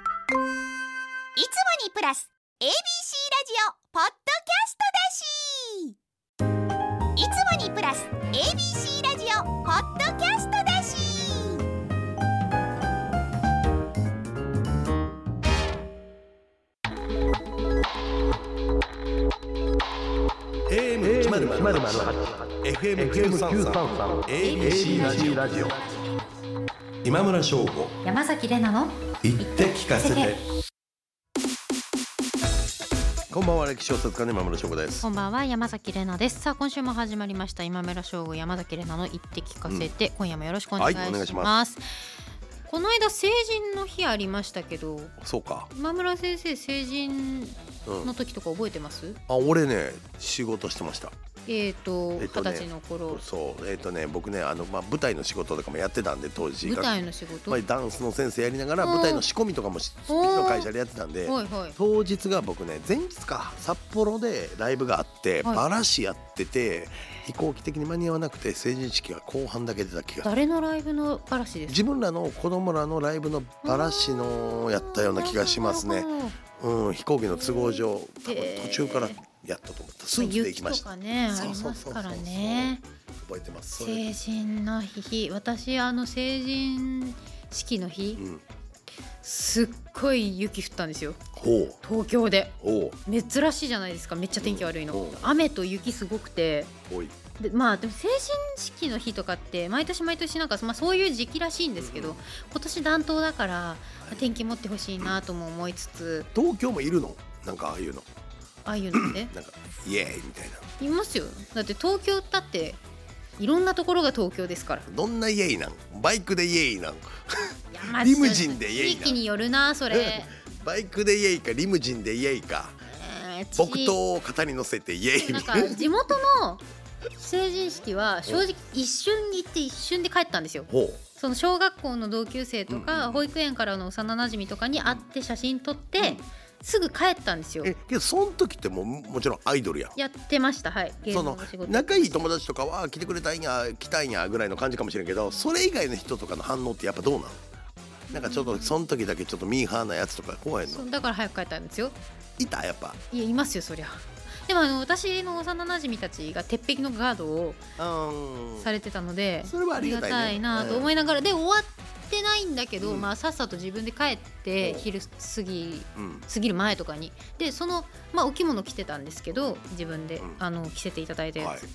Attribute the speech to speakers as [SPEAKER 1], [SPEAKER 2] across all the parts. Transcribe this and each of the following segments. [SPEAKER 1] いつもにプラス ABC ラジオポッドキャストだしいつもにプラス ABC ラジオポッドキャストだし
[SPEAKER 2] AM1008 FM933 ABC ラジオ
[SPEAKER 3] ジオ
[SPEAKER 2] 今村翔吾
[SPEAKER 4] 山崎れなの
[SPEAKER 2] 言って聞かせ
[SPEAKER 4] せ
[SPEAKER 2] て
[SPEAKER 4] て
[SPEAKER 2] こんばんは歴史小説家の今村翔吾です
[SPEAKER 4] こんばんは山崎れなですさあ今週も始まりました今村翔吾山崎れなの言って聞かせて、今夜もよろしくお願いし
[SPEAKER 2] はいお願いし
[SPEAKER 4] ます,、この間成人の日ありましたけど
[SPEAKER 2] そうか、
[SPEAKER 4] 今村先生成人
[SPEAKER 2] うん、
[SPEAKER 4] の
[SPEAKER 2] あ
[SPEAKER 4] 時とか覚えてます、
[SPEAKER 2] 俺ね仕事してました
[SPEAKER 4] えっ、ー、と
[SPEAKER 2] えっ
[SPEAKER 4] 二
[SPEAKER 2] と
[SPEAKER 4] 十、
[SPEAKER 2] ね
[SPEAKER 4] 歳の頃
[SPEAKER 2] そうえっ、とね僕ねあの、まあ、舞台の仕事とかもやってたんで当時
[SPEAKER 4] 舞台の仕事、
[SPEAKER 2] ま
[SPEAKER 4] は
[SPEAKER 2] あ
[SPEAKER 4] い
[SPEAKER 2] ダンスの先生やりながら
[SPEAKER 4] うん
[SPEAKER 2] 舞台の仕込みとかもしうちの会社でやってたんで
[SPEAKER 4] はい
[SPEAKER 2] 当日が僕ね前日か札幌でライブがあって
[SPEAKER 4] はい
[SPEAKER 2] バラシやってて飛行機的に間に合わなくて成人式が後半だけ出た気が
[SPEAKER 4] 誰のライブの嵐ですか
[SPEAKER 2] 自分らの子供らのライブのバラシのやったような気がします
[SPEAKER 4] な
[SPEAKER 2] ね
[SPEAKER 4] る。ほど
[SPEAKER 2] うん、飛行機の都合上、多分
[SPEAKER 4] へー
[SPEAKER 2] 途中からやったと思った。スーツで行きました。
[SPEAKER 4] 雪とかねあ
[SPEAKER 2] そ
[SPEAKER 4] り
[SPEAKER 2] うそ
[SPEAKER 4] ま
[SPEAKER 2] う
[SPEAKER 4] す
[SPEAKER 2] そうそう
[SPEAKER 4] からね
[SPEAKER 2] 覚えてます。それ
[SPEAKER 4] 成人の日私あの成人式の日、
[SPEAKER 2] うん、
[SPEAKER 4] すっごい雪降ったんですよ
[SPEAKER 2] ほう、
[SPEAKER 4] 東京で
[SPEAKER 2] ほう、
[SPEAKER 4] 珍しいじゃないですかめっちゃ天気悪いの、
[SPEAKER 2] うん
[SPEAKER 4] 雨と雪すごくて
[SPEAKER 2] ほい。
[SPEAKER 4] でまあでも成人式の日とかって毎年毎年なんか、まあ、そういう時期らしいんですけど、
[SPEAKER 2] うん
[SPEAKER 4] 今年暖冬だから、まあ天気持ってほしいなとも思いつつ
[SPEAKER 2] 東京もいるの。なんかああいうの、
[SPEAKER 4] ああいう のって
[SPEAKER 2] なんかイエーイみたいな。
[SPEAKER 4] いますよだって東京だっていろんなところが東京ですから
[SPEAKER 2] どんなイエーイなん？バイクでイエーイなん？
[SPEAKER 4] いやまあ
[SPEAKER 2] リムジンで家
[SPEAKER 4] 地
[SPEAKER 2] に
[SPEAKER 4] 域によるなそ れ、
[SPEAKER 2] バイクでイエーイかリムジンでイエーイか。
[SPEAKER 4] えー地
[SPEAKER 2] 木刀を肩に乗せてイエーイ
[SPEAKER 4] な
[SPEAKER 2] み
[SPEAKER 4] ん
[SPEAKER 2] たい
[SPEAKER 4] か
[SPEAKER 2] な。
[SPEAKER 4] 地元の成人式は正直一瞬に行って一瞬で帰ったんですよ
[SPEAKER 2] ほう、
[SPEAKER 4] その小学校の同級生と
[SPEAKER 2] うんうんう
[SPEAKER 4] か
[SPEAKER 2] ん
[SPEAKER 4] 保育園からの幼なじみとかに会って写真撮ってすぐ帰ったんですよ
[SPEAKER 2] え、けどその時ってもうもちろんアイドルやん。
[SPEAKER 4] やってましたはい芸
[SPEAKER 2] そ
[SPEAKER 4] 能
[SPEAKER 2] の
[SPEAKER 4] の仕事
[SPEAKER 2] 仲いい友達とかは来てくれたんや来たんやぐらいの感じかもしれんけどそれ以外の人とかの反応ってやっぱどうなのなんかちょっとその時だけちょっとミーハーなやつとか怖いの
[SPEAKER 4] そうだから早く帰ったんですよ
[SPEAKER 2] いたやっぱ
[SPEAKER 4] いやいますよそりゃでもあの私の幼なじみたちが鉄壁のガードを
[SPEAKER 2] うん
[SPEAKER 4] されてたので
[SPEAKER 2] それはあ
[SPEAKER 4] あ
[SPEAKER 2] り
[SPEAKER 4] り
[SPEAKER 2] が
[SPEAKER 4] が
[SPEAKER 2] たい,、ね、
[SPEAKER 4] たいなと思いながらで終わってないんだけど
[SPEAKER 2] うん
[SPEAKER 4] まあさっさと自分で帰って
[SPEAKER 2] お
[SPEAKER 4] 昼過ぎ
[SPEAKER 2] うんうん
[SPEAKER 4] 過ぎる前とかにでその、まあ、お着物着てたんですけど自分で、
[SPEAKER 2] うん
[SPEAKER 4] あの着せていただいたやつ、
[SPEAKER 2] はい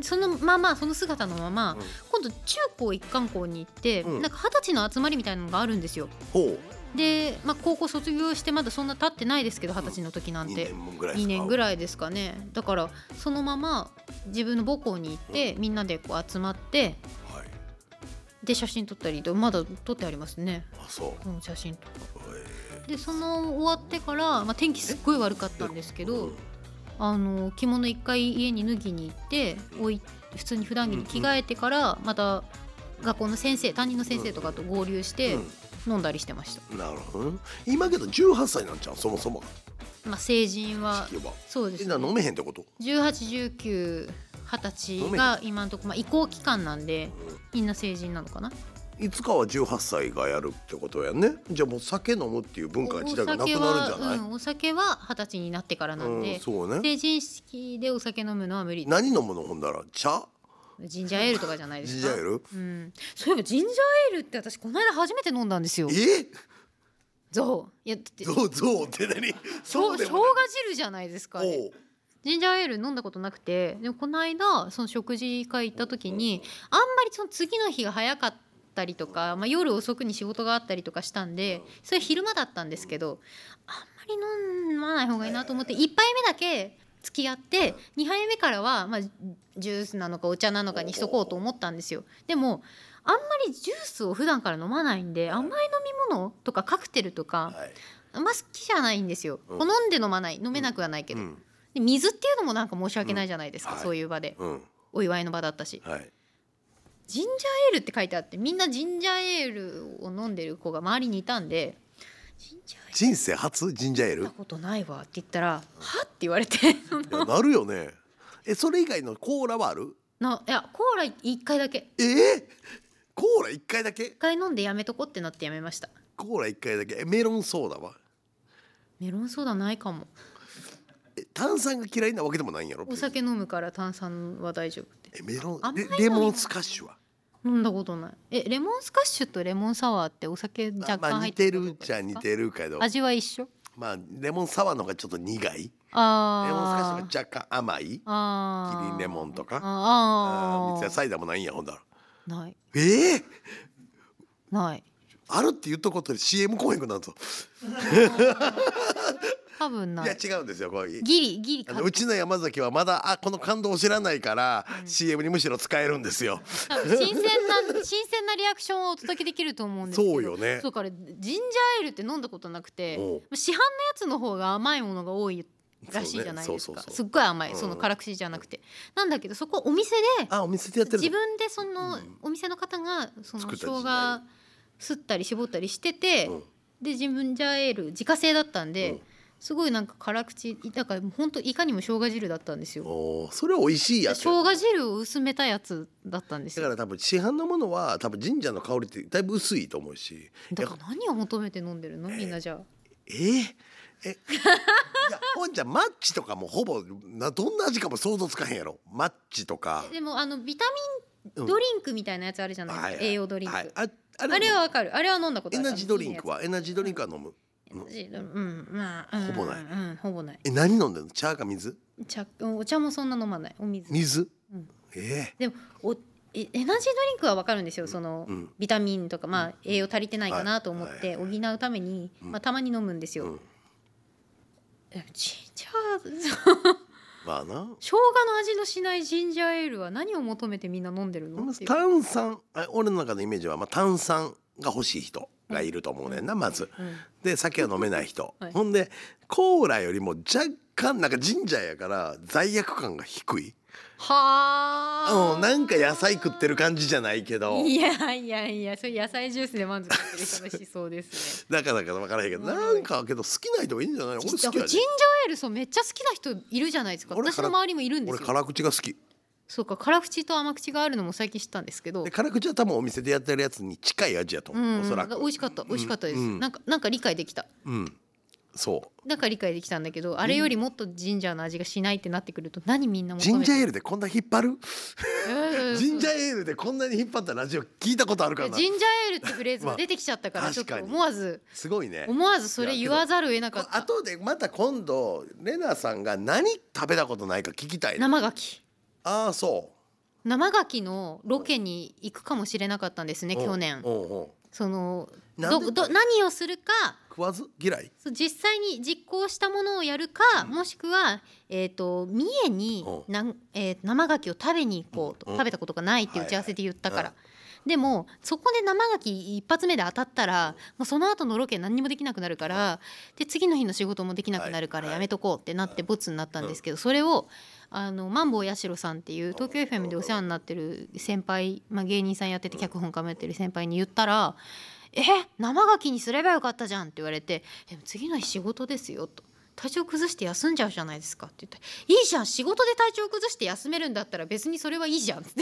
[SPEAKER 4] そのままその姿のまま、
[SPEAKER 2] うん
[SPEAKER 4] 今度中高一貫校に行って、
[SPEAKER 2] うん
[SPEAKER 4] なんか二十歳の集まりみたいなのがあるんですよ
[SPEAKER 2] ほ
[SPEAKER 4] で、まあ、高校卒業してまだそんな経ってないですけど二十歳の時な
[SPEAKER 2] うん2
[SPEAKER 4] て、
[SPEAKER 2] 年ぐらい
[SPEAKER 4] 2年ぐ
[SPEAKER 2] らい
[SPEAKER 4] らいですかねだからそのまま自分の母校に行って、みんなでこう集まって
[SPEAKER 2] はい
[SPEAKER 4] で写真撮ったりとまだ撮ってありますね
[SPEAKER 2] あそう
[SPEAKER 4] この写真とか
[SPEAKER 2] え
[SPEAKER 4] でその終わってから、まあ、天気すっごい悪かったんですけど、
[SPEAKER 2] うん
[SPEAKER 4] あの着物一回家に脱ぎに行って
[SPEAKER 2] うん
[SPEAKER 4] 置い普通に普段着に着替えてからまた学校の先生担任の先生とかと合流して飲んだりしてました、
[SPEAKER 2] うんなるほどね今けど18歳なんちゃうそもそも
[SPEAKER 4] まあ、成人は
[SPEAKER 2] 式は
[SPEAKER 4] そうです
[SPEAKER 2] え
[SPEAKER 4] ね
[SPEAKER 2] な飲めへんってこと、
[SPEAKER 4] 1819二十歳が今のところ、まあ、移行期間なんでみんな成人なのかな
[SPEAKER 2] うんいつかは18歳がやるってことやねじゃあもう酒飲むっていう文化自体がなくなるんじゃない
[SPEAKER 4] お酒は、うん、お酒は二十歳になってからなん
[SPEAKER 2] うん
[SPEAKER 4] で、
[SPEAKER 2] そうね
[SPEAKER 4] 成人式でお酒飲むのは無理
[SPEAKER 2] 何飲むのほんだら茶
[SPEAKER 4] ジンジャーエールとかじゃないですか
[SPEAKER 2] ジンジャーエール
[SPEAKER 4] うん、そういえばジンジャーエールって私この間初めて飲んだんですよ
[SPEAKER 2] え
[SPEAKER 4] ゾウいやだってしょ
[SPEAKER 2] ゾウゾウって何そうう
[SPEAKER 4] 生
[SPEAKER 2] で
[SPEAKER 4] 姜
[SPEAKER 2] も
[SPEAKER 4] 汁じゃないですかあ
[SPEAKER 2] ない
[SPEAKER 4] れジンジャーエール飲んだことなくてでもこの間その食事会行った時にあんまりその次の日が早かったりとか、まあ、夜遅くに仕事があったりとかしたんでそれ昼間だったんですけどあんまり飲まない方がいいなと思って1杯目だけ付き合って2杯目からはまあジュースなのかお茶なのかにしとこうと思ったんですよ。でもあんまりジュースを普段から飲まないんで甘い飲み物とかカクテルと
[SPEAKER 2] お
[SPEAKER 4] か
[SPEAKER 2] うはい
[SPEAKER 4] あんま好きじゃないんですよ。
[SPEAKER 2] うん
[SPEAKER 4] 好んで飲まない飲めなくはないけど
[SPEAKER 2] う、ん
[SPEAKER 4] で水っていうのもなんか申し訳ないじゃないですか、
[SPEAKER 2] うんはい
[SPEAKER 4] そういう場で
[SPEAKER 2] うん
[SPEAKER 4] お祝いの場だったし
[SPEAKER 2] はい
[SPEAKER 4] ジンジャーエールって書いてあってみんなジンジャーエールを飲んでる子が周りにいたんで「ジンジャーエール
[SPEAKER 2] 人生初ジンジャーエー
[SPEAKER 4] 飲ん
[SPEAKER 2] ル
[SPEAKER 4] だことないわ」って言ったら「は?」って言われて
[SPEAKER 2] いやなるよねえそれ以外のコーラはある
[SPEAKER 4] ないやコーラ1回だけ
[SPEAKER 2] えー、コーラ一回だけ
[SPEAKER 4] 1回飲んでやめとこってなってやめました
[SPEAKER 2] コーラ一回だけえメロンソーダは
[SPEAKER 4] メロンソーダないかも
[SPEAKER 2] え炭酸が嫌いなわけでもないんやろ
[SPEAKER 4] お酒飲むから炭酸は大丈夫って
[SPEAKER 2] えメロ
[SPEAKER 4] あ
[SPEAKER 2] ンレ
[SPEAKER 4] 甘いのに
[SPEAKER 2] レモンスカッシュは
[SPEAKER 4] 飲んだことないえレモンスカッシュとレモンサワーってお酒若
[SPEAKER 2] ま
[SPEAKER 4] 干
[SPEAKER 2] あ
[SPEAKER 4] 入
[SPEAKER 2] 似
[SPEAKER 4] って
[SPEAKER 2] て
[SPEAKER 4] る
[SPEAKER 2] るっちゃ似てるけど
[SPEAKER 4] 味は一緒
[SPEAKER 2] まあレモンサワーの方がちょっと苦いレモンス
[SPEAKER 4] あー
[SPEAKER 2] カッシュが若干甘いキ
[SPEAKER 4] あー
[SPEAKER 2] リンレモンとか
[SPEAKER 4] あ
[SPEAKER 2] あー三ツ
[SPEAKER 4] ー
[SPEAKER 2] 矢サイダーもないんやほんだら
[SPEAKER 4] ない
[SPEAKER 2] ええ
[SPEAKER 4] ない
[SPEAKER 2] あるって言っとくことで CM 公演くなるぞ
[SPEAKER 4] 多分ない
[SPEAKER 2] や
[SPEAKER 4] い
[SPEAKER 2] 違うんですよこれ
[SPEAKER 4] ギリギリ
[SPEAKER 2] あ
[SPEAKER 4] か
[SPEAKER 2] のうちの山崎はまだあこの感動を知らないから、CM にむしろ使えるんですよ。
[SPEAKER 4] 多分新鮮な 新鮮なリアクションをお届けできると思うんですけど
[SPEAKER 2] そうよね
[SPEAKER 4] そうからジンジャーエールって飲んだことなくて
[SPEAKER 2] おう
[SPEAKER 4] 市販のやつの方が甘いものが多いらしいじゃないです
[SPEAKER 2] そうねそうそ
[SPEAKER 4] か
[SPEAKER 2] うそう
[SPEAKER 4] すっごい甘い
[SPEAKER 2] うん
[SPEAKER 4] その辛口じゃなくてなんだけどそこお店で
[SPEAKER 2] あお店でやってる
[SPEAKER 4] 自
[SPEAKER 2] の
[SPEAKER 4] 分でそのお店の方がその
[SPEAKER 2] 作っ
[SPEAKER 4] 生
[SPEAKER 2] たりし
[SPEAKER 4] 姜
[SPEAKER 2] な
[SPEAKER 4] すったり絞ったりしてて
[SPEAKER 2] うん
[SPEAKER 4] で自分ジャーエール自家製だったん
[SPEAKER 2] うん
[SPEAKER 4] で。すごいなんか辛口だから本当いかにも生姜汁だったんですよ
[SPEAKER 2] おーそれは美味しいや
[SPEAKER 4] 生
[SPEAKER 2] つよ
[SPEAKER 4] 姜汁を薄めたやつだったんです
[SPEAKER 2] だ
[SPEAKER 4] よ
[SPEAKER 2] から多分市販のものは多分神社の香りってだいぶ薄いと思うし
[SPEAKER 4] だから何を求めて飲んでるのみんなじゃあ
[SPEAKER 2] え ー、えいやほんじゃマッチとかもほぼなどんな味かも想像つかへんやろマッチとか
[SPEAKER 4] でもあのビタミ
[SPEAKER 2] う
[SPEAKER 4] ン
[SPEAKER 2] ん
[SPEAKER 4] ドリンクみたいなやつあるじゃないですか、栄養ドリンク、
[SPEAKER 2] はいああ
[SPEAKER 4] あれは
[SPEAKER 2] は
[SPEAKER 4] わかるあれは飲んだこと
[SPEAKER 2] エ
[SPEAKER 4] ある
[SPEAKER 2] ナジードリンクはエナジードリンクは飲む
[SPEAKER 4] あのいいやつエナジードリンクうんまあ、うん
[SPEAKER 2] ほぼない
[SPEAKER 4] うんほぼない
[SPEAKER 2] え何飲んでるの茶か水
[SPEAKER 4] 茶お茶もそんな飲まないお水
[SPEAKER 2] 水、
[SPEAKER 4] うん
[SPEAKER 2] え
[SPEAKER 4] でもおえエナジードリンクはわかるんですよその、
[SPEAKER 2] うん
[SPEAKER 4] ビタミンとか、まあ、栄養足りてないかなと思っ
[SPEAKER 2] は
[SPEAKER 4] て補うために、まあ、たまに飲むんです
[SPEAKER 2] え
[SPEAKER 4] よ、
[SPEAKER 2] うん
[SPEAKER 4] でもジンジャー
[SPEAKER 2] まあな
[SPEAKER 4] 生姜の味のしないジンジャーエールは何を求めてみんな飲んでるのっていう
[SPEAKER 2] 炭酸あ俺の中のイメージは、まあ、炭酸が欲しい人がいると思うねんなまず
[SPEAKER 4] うん
[SPEAKER 2] で酒は飲めない人、
[SPEAKER 4] はい
[SPEAKER 2] ほんでコーラよりも若干なんか神社やから罪悪感が低い、
[SPEAKER 4] はあ、
[SPEAKER 2] うん、なんか野菜食ってる感じじゃないけど
[SPEAKER 4] いやいやいやそれ野菜ジュースで満足してる人の思想ですね
[SPEAKER 2] だからか分からへんけどなんかけど好きな人がいいんじゃない俺好き
[SPEAKER 4] だ
[SPEAKER 2] や
[SPEAKER 4] から
[SPEAKER 2] で
[SPEAKER 4] ジンジャーエールそうめっちゃ好きな人いるじゃないですか
[SPEAKER 2] 俺
[SPEAKER 4] 私の周りもいるんで
[SPEAKER 2] 俺
[SPEAKER 4] すよ
[SPEAKER 2] 辛口が好き
[SPEAKER 4] そうか辛口と甘口があるのも最近知ったんですけど
[SPEAKER 2] で辛口は多分お店でやってるやつに近い味やと
[SPEAKER 4] う
[SPEAKER 2] 思う、
[SPEAKER 4] ん、
[SPEAKER 2] おそらく
[SPEAKER 4] 美味しかった美味しかったです、
[SPEAKER 2] うん
[SPEAKER 4] なんかなんか理解できた
[SPEAKER 2] うんそう
[SPEAKER 4] なんか理解できたんだけどあれよりもっとジンジャーの味がしないってなってくると何みんな求
[SPEAKER 2] ジン
[SPEAKER 4] め
[SPEAKER 2] ジ
[SPEAKER 4] て
[SPEAKER 2] ャーエール
[SPEAKER 4] る
[SPEAKER 2] でこんな引っ張る
[SPEAKER 4] うん
[SPEAKER 2] ジンジャーエールでこんなに引っ張ったラジオ聞いたことあるからな
[SPEAKER 4] ジンジャーエールってフレーズが出てきちゃったから
[SPEAKER 2] まあ
[SPEAKER 4] ちょっと
[SPEAKER 2] 確かに
[SPEAKER 4] 思わず
[SPEAKER 2] すごいね
[SPEAKER 4] 思わずそれ言わざるを得なかった
[SPEAKER 2] 後でまた今度レナさんが何食べたことないか聞きたいな
[SPEAKER 4] 生ガキ
[SPEAKER 2] ああそ
[SPEAKER 4] 生ガキのロケに行くかもしれなかったんです
[SPEAKER 2] う
[SPEAKER 4] ね去年
[SPEAKER 2] うんうんうん
[SPEAKER 4] その
[SPEAKER 2] なんで
[SPEAKER 4] どど何をするか
[SPEAKER 2] 食わず嫌い
[SPEAKER 4] そう実際に実行したものをやるか、もしくは、えー、と三重に
[SPEAKER 2] う
[SPEAKER 4] なん、えー生ガキを食べに行こうと、
[SPEAKER 2] うん
[SPEAKER 4] 食べたことがないって打ち合わせで言ったから、
[SPEAKER 2] はいは
[SPEAKER 4] でもそこで生ガキ一発目で当たったらもうその後のロケ何にもできなくなるから、で次の日の仕事もできなくなるから
[SPEAKER 2] はい
[SPEAKER 4] やめとこうってなってボツになったんですけど、それをあのマンボウ八代さんっていう東京 FM でお世話になってる先輩、まあ、芸人さんやってて脚本家もやってる先輩に言ったら「え生ガキにすればよかったじゃん」って言われて「でも次の日仕事ですよ」と。体調崩して休んじゃうじゃないですかって言ったらいいじゃん仕事で体調崩して休めるんだったら別にそれはいいじゃん」って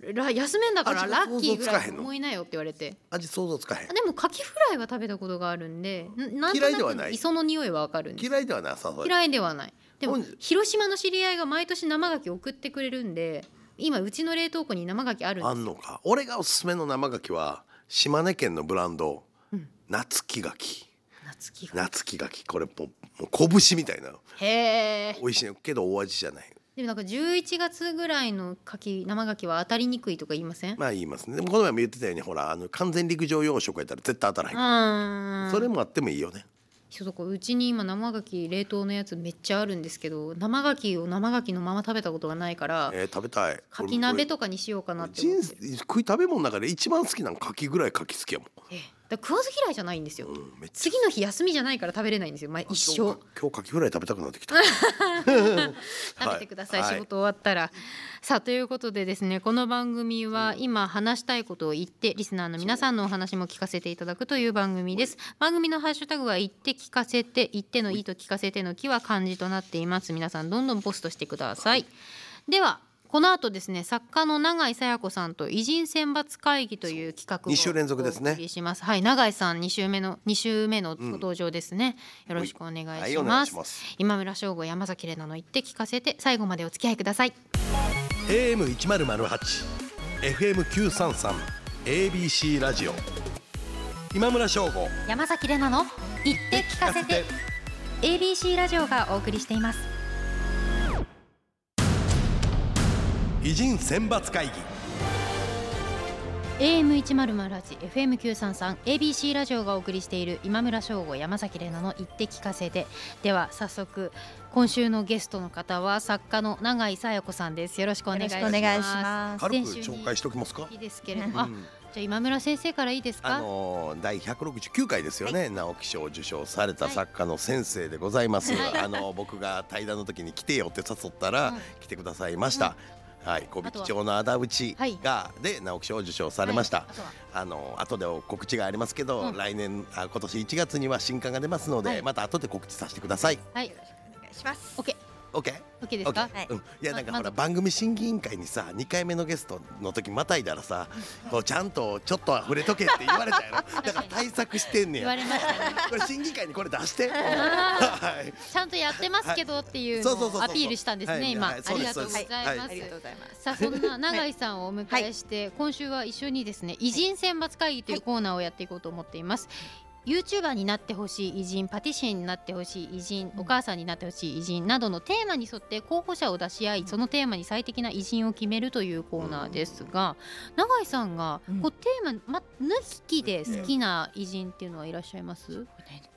[SPEAKER 4] 言って ら休めんだからラッキーぐらい思いなよって言われて
[SPEAKER 2] 味想像つかへん
[SPEAKER 4] でもカキフライは食べたことがあるんでんなんと
[SPEAKER 2] 嫌いでは
[SPEAKER 4] な
[SPEAKER 2] な
[SPEAKER 4] く
[SPEAKER 2] い
[SPEAKER 4] 磯の匂いはわかるんです
[SPEAKER 2] 嫌いではなさそう
[SPEAKER 4] 嫌いではないでも
[SPEAKER 2] 本日
[SPEAKER 4] 広島の知り合いが毎年生ガキ送ってくれるんで今うちの冷凍庫に生ガキあるん
[SPEAKER 2] あ
[SPEAKER 4] です
[SPEAKER 2] んのか俺がおすすめの生牡蠣は島根県のブランド、
[SPEAKER 4] うん
[SPEAKER 2] 夏木牡蠣
[SPEAKER 4] 夏木が
[SPEAKER 2] 夏木牡蠣これもうもう拳みたいな
[SPEAKER 4] へえ
[SPEAKER 2] 美味しいけど大味じゃない
[SPEAKER 4] でもなんか11月ぐらいの柿生ガキは当たりにくいとか言いません、
[SPEAKER 2] まあ言いますねでもこの前も言ってたようにほらあの完全陸上養殖やったら絶対当たらへんか
[SPEAKER 4] あ、
[SPEAKER 2] ら
[SPEAKER 4] ん
[SPEAKER 2] それもあってもいいよね
[SPEAKER 4] そうだからうちに今生ガキ冷凍のやつめっちゃあるんですけど生ガキを生ガキのまま食べたことがないから
[SPEAKER 2] えー、食べたい
[SPEAKER 4] かき鍋とかにしようかなって思
[SPEAKER 2] 人
[SPEAKER 4] って
[SPEAKER 2] 生
[SPEAKER 4] る
[SPEAKER 2] 食い食べ物の中で一番好きなの牡蠣ぐらい牡蠣好きやも
[SPEAKER 4] ええだから食わず嫌いじゃないんですよ、
[SPEAKER 2] ん、うん、めっち
[SPEAKER 4] 次の日休みじゃないから食べれないんですよ、まあ、
[SPEAKER 2] ゃ
[SPEAKER 4] 一生
[SPEAKER 2] 今日今日牡蠣フライ食べたくなってきた
[SPEAKER 4] 食べてください、
[SPEAKER 2] はい
[SPEAKER 4] 仕事終わったら、さあということでですねこの番組は今話したいことを言ってリスナーの皆さんのお話も聞かせていただくという番組です番組のハッシュタグは言って聞かせて言ってのいいと聞かせての木は漢字となっています皆さんどんどんポストしてくださいではこの後ですね作家の永井紗耶子さんと偉人選抜会議という企画を
[SPEAKER 2] 二週連続ですね
[SPEAKER 4] お送りしますはい永井さん二週目の二週目のご登場ですね、よろしくお願いします,、
[SPEAKER 2] はいお願いします
[SPEAKER 4] 今村翔吾山崎玲奈の言って聞かせて最後までお付き合いください
[SPEAKER 2] AM 一ゼロゼロ八、FM 九三三、ABC ラジオ。今村翔吾。
[SPEAKER 4] 山崎玲奈の言って聞かせて ABC ラジオがお送りしています
[SPEAKER 2] 偉人選抜会議。
[SPEAKER 4] AM 一ゼロゼロ八 FM 九三三 ABC ラジオがお送りしている今村翔吾山崎玲奈の言って聞かせてでは早速今週のゲストの方は作家の永井紗耶子さんですよろしくお願いします
[SPEAKER 3] よろしくお願いします
[SPEAKER 2] 軽く
[SPEAKER 4] 先週に
[SPEAKER 2] 紹介しておきますか
[SPEAKER 4] い。いですけれど
[SPEAKER 2] う
[SPEAKER 4] も、あ
[SPEAKER 2] ん
[SPEAKER 4] じゃあ今村先生からいいです
[SPEAKER 2] あ
[SPEAKER 4] か、
[SPEAKER 2] のー第169回ですよね、直木賞を受賞された作家の先生でございます、
[SPEAKER 4] はい
[SPEAKER 2] あのー僕が対談の時に来てよって誘ったら、
[SPEAKER 4] うん
[SPEAKER 2] 来てくださいました、はい小引町の仇討ちが、で直木賞を受賞されました、
[SPEAKER 4] はいあとは
[SPEAKER 2] あのー後でお告知がありますけど、
[SPEAKER 4] うん
[SPEAKER 2] 来年あ今年1月には新刊が出ますので、
[SPEAKER 4] はい
[SPEAKER 2] また後で告知させてください
[SPEAKER 4] はい
[SPEAKER 3] お願いします。
[SPEAKER 4] OK
[SPEAKER 2] OK?
[SPEAKER 4] OK です
[SPEAKER 2] OK
[SPEAKER 4] か、
[SPEAKER 3] はい
[SPEAKER 2] うん、いやなんか
[SPEAKER 4] ま
[SPEAKER 2] ほら
[SPEAKER 4] まず
[SPEAKER 2] 番組審議委員会にさ2回目のゲストの時またいだらさこうちゃんとちょっとは触れとけって言われた やろだから対策してんね
[SPEAKER 4] 言
[SPEAKER 2] や
[SPEAKER 4] われましたね
[SPEAKER 2] これ審議会にこれ出 して。はい。
[SPEAKER 4] ちゃんとやってますけどっていうのをアピールしたんです
[SPEAKER 2] は
[SPEAKER 4] ね
[SPEAKER 2] い
[SPEAKER 4] 今、
[SPEAKER 2] はい
[SPEAKER 4] あ
[SPEAKER 2] そう
[SPEAKER 4] り
[SPEAKER 2] で
[SPEAKER 4] が
[SPEAKER 2] す
[SPEAKER 4] とうございます、
[SPEAKER 2] そうです
[SPEAKER 3] ありがとうございます。
[SPEAKER 4] さあそんな永井さんをお迎えして、今週は一緒にですね偉人選抜会議というコーナーをやっていこうと思っています、ユーチューバーになってほしい偉人パティシエになってほしい偉人
[SPEAKER 3] うん
[SPEAKER 4] お母さんになってほしい偉人などのテーマに沿って候補者を出し合いそのテーマに最適な偉人を決めるというコーナーですが永井さんが
[SPEAKER 3] うん
[SPEAKER 4] こうテーマ、ま、抜きで好きな偉人っていうのはいらっしゃいます、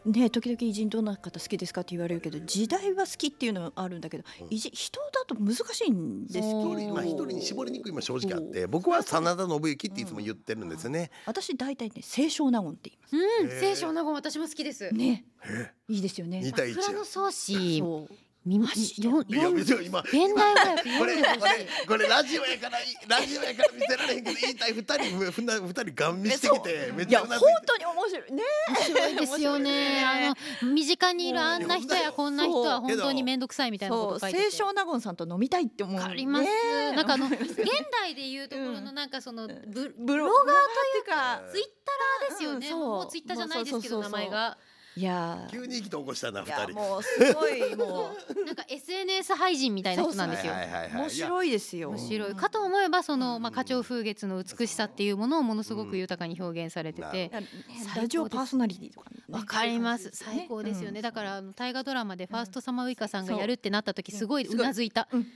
[SPEAKER 3] ねえ時々偉人どんな方好きですかって言われるけど時代は好きっていうのはあるんだけど
[SPEAKER 2] うん
[SPEAKER 3] 偉人人だと難しいんですけ
[SPEAKER 4] そ
[SPEAKER 2] 一
[SPEAKER 4] う
[SPEAKER 2] 人
[SPEAKER 3] ど
[SPEAKER 2] まあ一人に絞りにくいも正直あって、僕は真田信之っていつも言ってるんですよね。
[SPEAKER 3] 私大体ね清少納言って言いま
[SPEAKER 4] うん
[SPEAKER 2] へー
[SPEAKER 4] 清少納言私も好きです
[SPEAKER 3] す。ね
[SPEAKER 2] え
[SPEAKER 3] いいですよね
[SPEAKER 2] 二。対一や
[SPEAKER 4] 桜。の草子
[SPEAKER 3] そう
[SPEAKER 4] み
[SPEAKER 3] マジで
[SPEAKER 4] よ
[SPEAKER 2] いや
[SPEAKER 4] よん
[SPEAKER 2] 別に今。
[SPEAKER 4] 現代語訳
[SPEAKER 2] こ
[SPEAKER 4] 読
[SPEAKER 2] れ
[SPEAKER 4] ん
[SPEAKER 2] こ
[SPEAKER 4] で
[SPEAKER 2] れ
[SPEAKER 4] ほしい
[SPEAKER 2] これラジオやからラジオやから見せられへんけど言いたい二人ふふな二人ガン見してきてめっ
[SPEAKER 3] い
[SPEAKER 2] ち
[SPEAKER 3] や
[SPEAKER 2] ゃうなず
[SPEAKER 3] 本
[SPEAKER 2] いて
[SPEAKER 3] 当に面白いね。
[SPEAKER 4] ですよね。あの身近にいるあんな人やこんな人は本当に面倒くさいみたいなこと
[SPEAKER 3] そう
[SPEAKER 4] 書いて
[SPEAKER 3] 清
[SPEAKER 4] て。
[SPEAKER 3] 少納言さんと飲みたいって思う。
[SPEAKER 4] わかります
[SPEAKER 3] ね。え
[SPEAKER 4] なんかあの
[SPEAKER 3] わ
[SPEAKER 4] 現
[SPEAKER 3] ります
[SPEAKER 4] 代でいうところの
[SPEAKER 3] う
[SPEAKER 4] なんかそのブ
[SPEAKER 3] ん
[SPEAKER 4] ツイッ
[SPEAKER 3] ブロガーというか
[SPEAKER 4] ターですよね。
[SPEAKER 3] うんそう
[SPEAKER 4] もうツイッターじゃないですけど
[SPEAKER 3] も
[SPEAKER 4] 名
[SPEAKER 3] うそうそうそうそう
[SPEAKER 4] 前が
[SPEAKER 3] いやー
[SPEAKER 2] 急に意気投合したない二
[SPEAKER 3] や
[SPEAKER 2] 人。
[SPEAKER 3] もうすごい も
[SPEAKER 4] なんか SNS 廃人みたいな人なんですよ。
[SPEAKER 2] はいはいはいうはい
[SPEAKER 3] 面白いですよ。
[SPEAKER 4] 面白いかと思えばそのまあ花鳥風月の美しさっていうものをものすごく豊かに表現されて
[SPEAKER 2] うん
[SPEAKER 4] て。
[SPEAKER 3] ね
[SPEAKER 4] です
[SPEAKER 3] ラジオパーソナリティとかね、
[SPEAKER 4] わかります最高ですよね、だからあの大河ドラマでファーストサマーウイカさんがやるってなった時
[SPEAKER 3] そう
[SPEAKER 4] すごいうなずいた
[SPEAKER 3] うん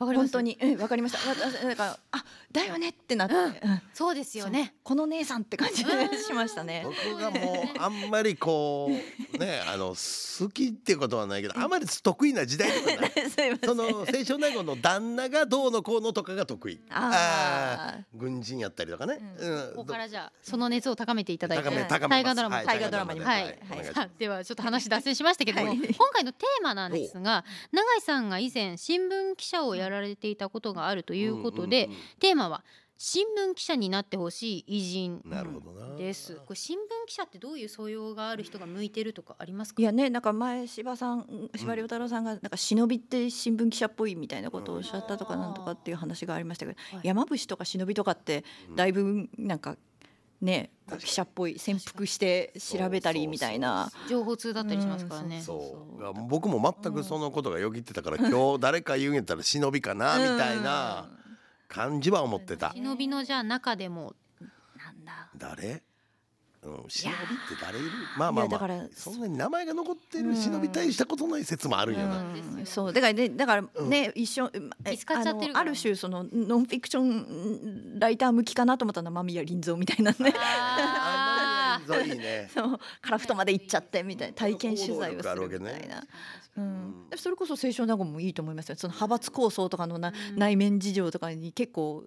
[SPEAKER 4] わかりま
[SPEAKER 3] 本
[SPEAKER 4] す
[SPEAKER 3] 当にうんわかりましたわわなんかあだよねってなって、うん
[SPEAKER 4] そうですよね
[SPEAKER 3] この姉さんって感じ
[SPEAKER 4] うん
[SPEAKER 3] しましたね
[SPEAKER 2] 僕がもうあんまりこうねあの好きってことはないけどあまり得意な時代とかない。
[SPEAKER 3] すいません
[SPEAKER 2] その清少納言の旦那がどうのこうのとかが得意。
[SPEAKER 3] あー
[SPEAKER 2] ー軍人やったりとかね。
[SPEAKER 3] う
[SPEAKER 2] うん
[SPEAKER 4] ここからじゃあその熱を高めていただいて
[SPEAKER 2] 高め
[SPEAKER 3] はい
[SPEAKER 2] 高めます。
[SPEAKER 4] 大河ドラマ
[SPEAKER 2] はい
[SPEAKER 3] 大河ドラマに
[SPEAKER 2] 大
[SPEAKER 3] も
[SPEAKER 4] は
[SPEAKER 2] 河
[SPEAKER 4] い、
[SPEAKER 2] ドラマはいお願いし
[SPEAKER 4] さ
[SPEAKER 2] ま
[SPEAKER 4] あではちょっと話脱線しましたけども、
[SPEAKER 3] はい
[SPEAKER 4] 今回のテーマなんですが永井さんが以前新聞記者をやられていたことがあると
[SPEAKER 2] す
[SPEAKER 4] いうことで、
[SPEAKER 2] んんう
[SPEAKER 4] テーマは新聞記者になってほしい偉人
[SPEAKER 2] んなるほどな。
[SPEAKER 4] ですこれ新聞記者ってどういう素養がある人が向いてるとかありますか
[SPEAKER 3] いやねなんか前柴さん柴良太郎さんがなんか忍びって新聞記者っぽいみたいなことをおっしゃったとか
[SPEAKER 4] うん
[SPEAKER 3] なんとかっていう話がありましたけど、
[SPEAKER 4] はい
[SPEAKER 3] 山伏とか忍びとかって
[SPEAKER 2] うん
[SPEAKER 3] だいぶなんかね
[SPEAKER 2] 確かに
[SPEAKER 3] 記者っぽい潜伏して調べたりみたいな
[SPEAKER 4] 情報通だったりしますからね、
[SPEAKER 2] そう。
[SPEAKER 3] そう
[SPEAKER 2] 僕も全くそのことがよぎってた から、今日誰か言うんやったら忍びかなみたいな感じは思ってた
[SPEAKER 3] う。ん
[SPEAKER 4] 忍びのじゃあ中でも
[SPEAKER 3] うんなんだ
[SPEAKER 2] 誰？うん、忍びって誰いる？まあまあ
[SPEAKER 3] いやだ
[SPEAKER 2] ま
[SPEAKER 3] から
[SPEAKER 2] あ。そんなに名前が残ってる忍び大したことない説も あるんやな。
[SPEAKER 4] ですよ
[SPEAKER 3] そうだからねだからね、一緒え
[SPEAKER 4] 見つかっちゃってるから
[SPEAKER 3] あのある種そのノンフィクションライター向きかなと思ったのは間宮林蔵みたいな ね
[SPEAKER 4] あー
[SPEAKER 2] あいいね。
[SPEAKER 3] そうカラフトまで行っちゃってみたいな体験取材
[SPEAKER 2] 行動
[SPEAKER 3] をするみ
[SPEAKER 2] 力あるわ
[SPEAKER 3] た
[SPEAKER 2] け
[SPEAKER 3] い
[SPEAKER 2] ね
[SPEAKER 3] な。うん、それこそ清少納言もいいと思いますよその派閥構想とかのな、
[SPEAKER 4] うん
[SPEAKER 3] 内面事情とかに結構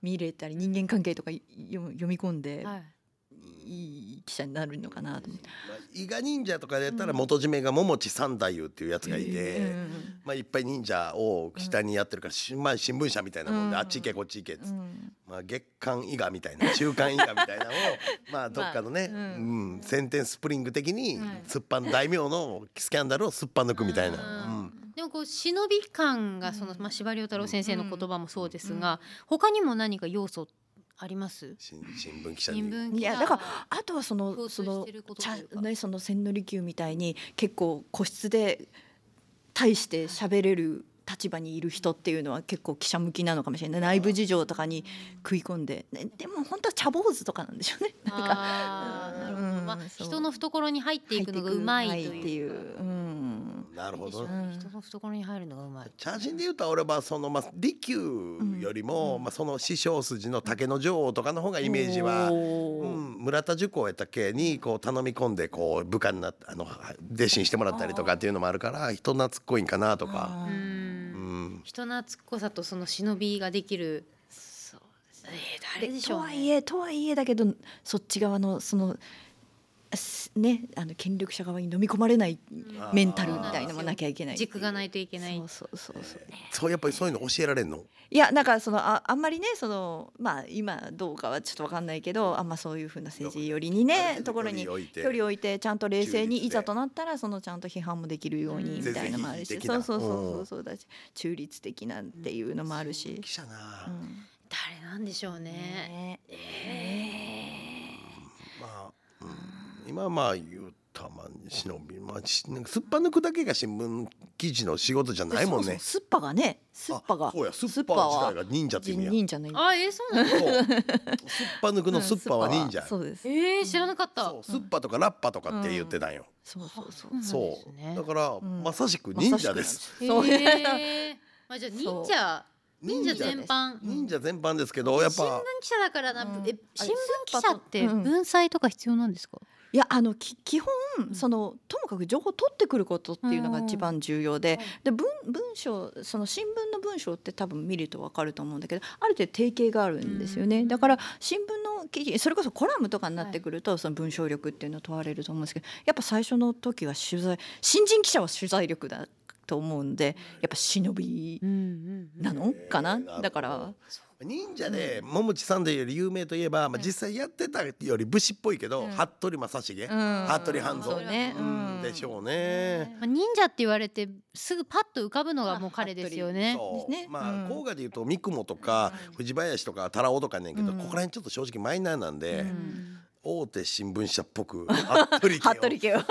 [SPEAKER 3] 見入れたり人間関係とかい読読み込んで、
[SPEAKER 4] はい
[SPEAKER 3] い、い記者になるのかなと思って。
[SPEAKER 2] 伊賀忍者とかでやったら元締めが桃地三太夫っていうやつがいて、
[SPEAKER 3] うん
[SPEAKER 2] まあ、いっぱい忍者を下にやってるから、しまあ、新聞社みたいなもんで、
[SPEAKER 3] うん
[SPEAKER 2] あっち行けこっち行けっつって、
[SPEAKER 3] うん
[SPEAKER 2] まあ、月刊伊賀みたいな週刊伊賀みたいなのをまあどっかのね、
[SPEAKER 3] まあう
[SPEAKER 2] うんセンテンスプリング的に
[SPEAKER 4] はい
[SPEAKER 2] すっぱん大名のスキャンダルをすっぱ抜くみたいな、
[SPEAKER 4] う
[SPEAKER 2] うんん
[SPEAKER 4] でもこう忍び感がその、
[SPEAKER 3] うん
[SPEAKER 4] まあ、司馬遼太郎先生の言葉もそうですが、他にも何か要素あります
[SPEAKER 2] 新新聞記者に
[SPEAKER 4] 新聞記者
[SPEAKER 3] いやだからあとはその
[SPEAKER 4] 共
[SPEAKER 3] そ
[SPEAKER 4] 通
[SPEAKER 3] の
[SPEAKER 4] してること
[SPEAKER 3] ちゃ
[SPEAKER 4] というか
[SPEAKER 3] ねその千利休みたいに結構個室で対して喋れる立場にいる人っていうのは結構記者向きなのかもしれない内部事情とかに食い込んで、ね、でも本当は茶坊主とかなんでしょ うねなんか
[SPEAKER 4] あーなるほど
[SPEAKER 3] うん
[SPEAKER 4] まあ、
[SPEAKER 3] そう
[SPEAKER 4] 人の懐に入っていくのがうまいと
[SPEAKER 3] 入ってく
[SPEAKER 4] いう
[SPEAKER 3] うまっていう、うん、
[SPEAKER 2] なるほど
[SPEAKER 3] うん
[SPEAKER 4] 人の懐に入るのがうまい。
[SPEAKER 2] 茶人で言うと俺はそのまあ利休よりも、まあその師匠筋の竹の女王とかの方がイメージは、う
[SPEAKER 3] おー
[SPEAKER 2] ん、村田塾をやった系にこう頼み込んでこう部下になってあの弟子にしてもらったりとかっていうのもあるから人懐っこいんかなとか。
[SPEAKER 3] あ
[SPEAKER 4] う
[SPEAKER 3] ー
[SPEAKER 2] うんん、
[SPEAKER 4] 人懐っこさとその忍びができる。そうですね。誰で
[SPEAKER 3] で
[SPEAKER 4] し
[SPEAKER 3] と
[SPEAKER 4] ょう、
[SPEAKER 3] はいえとはいえだけどそっち側のそのすねあの権力者側に飲み込まれないメンタルみたいのもなきゃいけない
[SPEAKER 4] 軸がないといけない
[SPEAKER 3] そう。そうそうそう
[SPEAKER 2] そうやっぱりそういうの教えられんの
[SPEAKER 3] いやなんかそのああんまりねそのまあ今どうかはちょっとわかんないけどあんまそういうふうな政治寄りに
[SPEAKER 2] ある程
[SPEAKER 3] ね
[SPEAKER 2] 度
[SPEAKER 3] ところに
[SPEAKER 2] 距離を置いて
[SPEAKER 3] 距離を置いてちゃんと冷静
[SPEAKER 2] 中立で
[SPEAKER 3] にいざとなったらそのちゃんと批判もできるようにみたいなのもある
[SPEAKER 2] 全
[SPEAKER 3] し
[SPEAKER 2] 然
[SPEAKER 3] そ
[SPEAKER 2] 非議的な
[SPEAKER 3] うそうそうそううんそうだし中立的なんていうのもあるし
[SPEAKER 2] 記。者な、
[SPEAKER 3] うん
[SPEAKER 4] 誰なんでしょうね。
[SPEAKER 3] ね
[SPEAKER 2] まあ、うん、今はまあ言うたまに忍びまあしなんかすっぱ抜くだけが新聞記事の仕事じゃないもん
[SPEAKER 3] そ
[SPEAKER 2] ね
[SPEAKER 3] もそもスッパがねスッパが
[SPEAKER 2] あそうやス
[SPEAKER 3] ス
[SPEAKER 2] ッ
[SPEAKER 3] ッ
[SPEAKER 2] パ
[SPEAKER 3] パ
[SPEAKER 2] 自
[SPEAKER 3] は
[SPEAKER 2] 体が忍者って意味や
[SPEAKER 3] 忍者の意味
[SPEAKER 4] あ、えー、そうなの。
[SPEAKER 2] そうスッパ抜くのスッパは忍者、
[SPEAKER 3] うんスッパそうです
[SPEAKER 4] えー、知らなかった。
[SPEAKER 2] そうスッパとかラッパとかって言ってたんよ、
[SPEAKER 3] そうそうそう
[SPEAKER 4] うん
[SPEAKER 2] そう
[SPEAKER 4] そうですね
[SPEAKER 2] だから、
[SPEAKER 3] ん
[SPEAKER 2] まさしく忍者です
[SPEAKER 3] そう
[SPEAKER 4] えー、まあ、じゃあ忍者。忍者
[SPEAKER 2] 忍者
[SPEAKER 4] 全般。
[SPEAKER 2] 忍者全般ですけどやっ
[SPEAKER 4] 新聞
[SPEAKER 2] ぱ
[SPEAKER 4] 記者だからな、
[SPEAKER 3] うん
[SPEAKER 4] え
[SPEAKER 3] あ
[SPEAKER 4] 新
[SPEAKER 3] れ
[SPEAKER 4] 聞記者って
[SPEAKER 3] スーパーとうん
[SPEAKER 4] 文才とか必要なんですか、
[SPEAKER 3] いやあのき基本
[SPEAKER 4] ん
[SPEAKER 3] そのともかく情報を取ってくることっていうのが
[SPEAKER 4] うん
[SPEAKER 3] 一番重要で,、で文文章その新聞の文章って多分見るとわかると思うんだけどある程度定型があるんですよね、
[SPEAKER 4] うん
[SPEAKER 3] だから新聞の記事それこそコラムとかになってくると、その文章力っていうのを問われると思うんですけどやっぱ最初の時は取材新人記者は取材力だと思うんでやっぱ忍び
[SPEAKER 4] うんうんうん
[SPEAKER 3] なのかな、
[SPEAKER 2] えーなるほど
[SPEAKER 3] だから。
[SPEAKER 2] 忍者で桃地さんでより有名といえば、まあ、実際やってたより武士っぽいけど、
[SPEAKER 4] うん
[SPEAKER 2] 服部正成、
[SPEAKER 3] うん
[SPEAKER 2] 服部半蔵
[SPEAKER 3] そうね、
[SPEAKER 2] うんでしょうね。
[SPEAKER 4] まあ、忍者って言われてすぐパッと浮かぶのがもう彼ですよね。
[SPEAKER 2] そう
[SPEAKER 3] ですね
[SPEAKER 2] まあ、
[SPEAKER 3] うん
[SPEAKER 2] 甲賀でいうと三雲とか藤林とか太郎とかやねんけど、
[SPEAKER 3] うん
[SPEAKER 2] ここら辺ちょっと正直マイナーなんで、
[SPEAKER 4] うん
[SPEAKER 2] 大手新聞社っぽく服部家を
[SPEAKER 3] 服部家は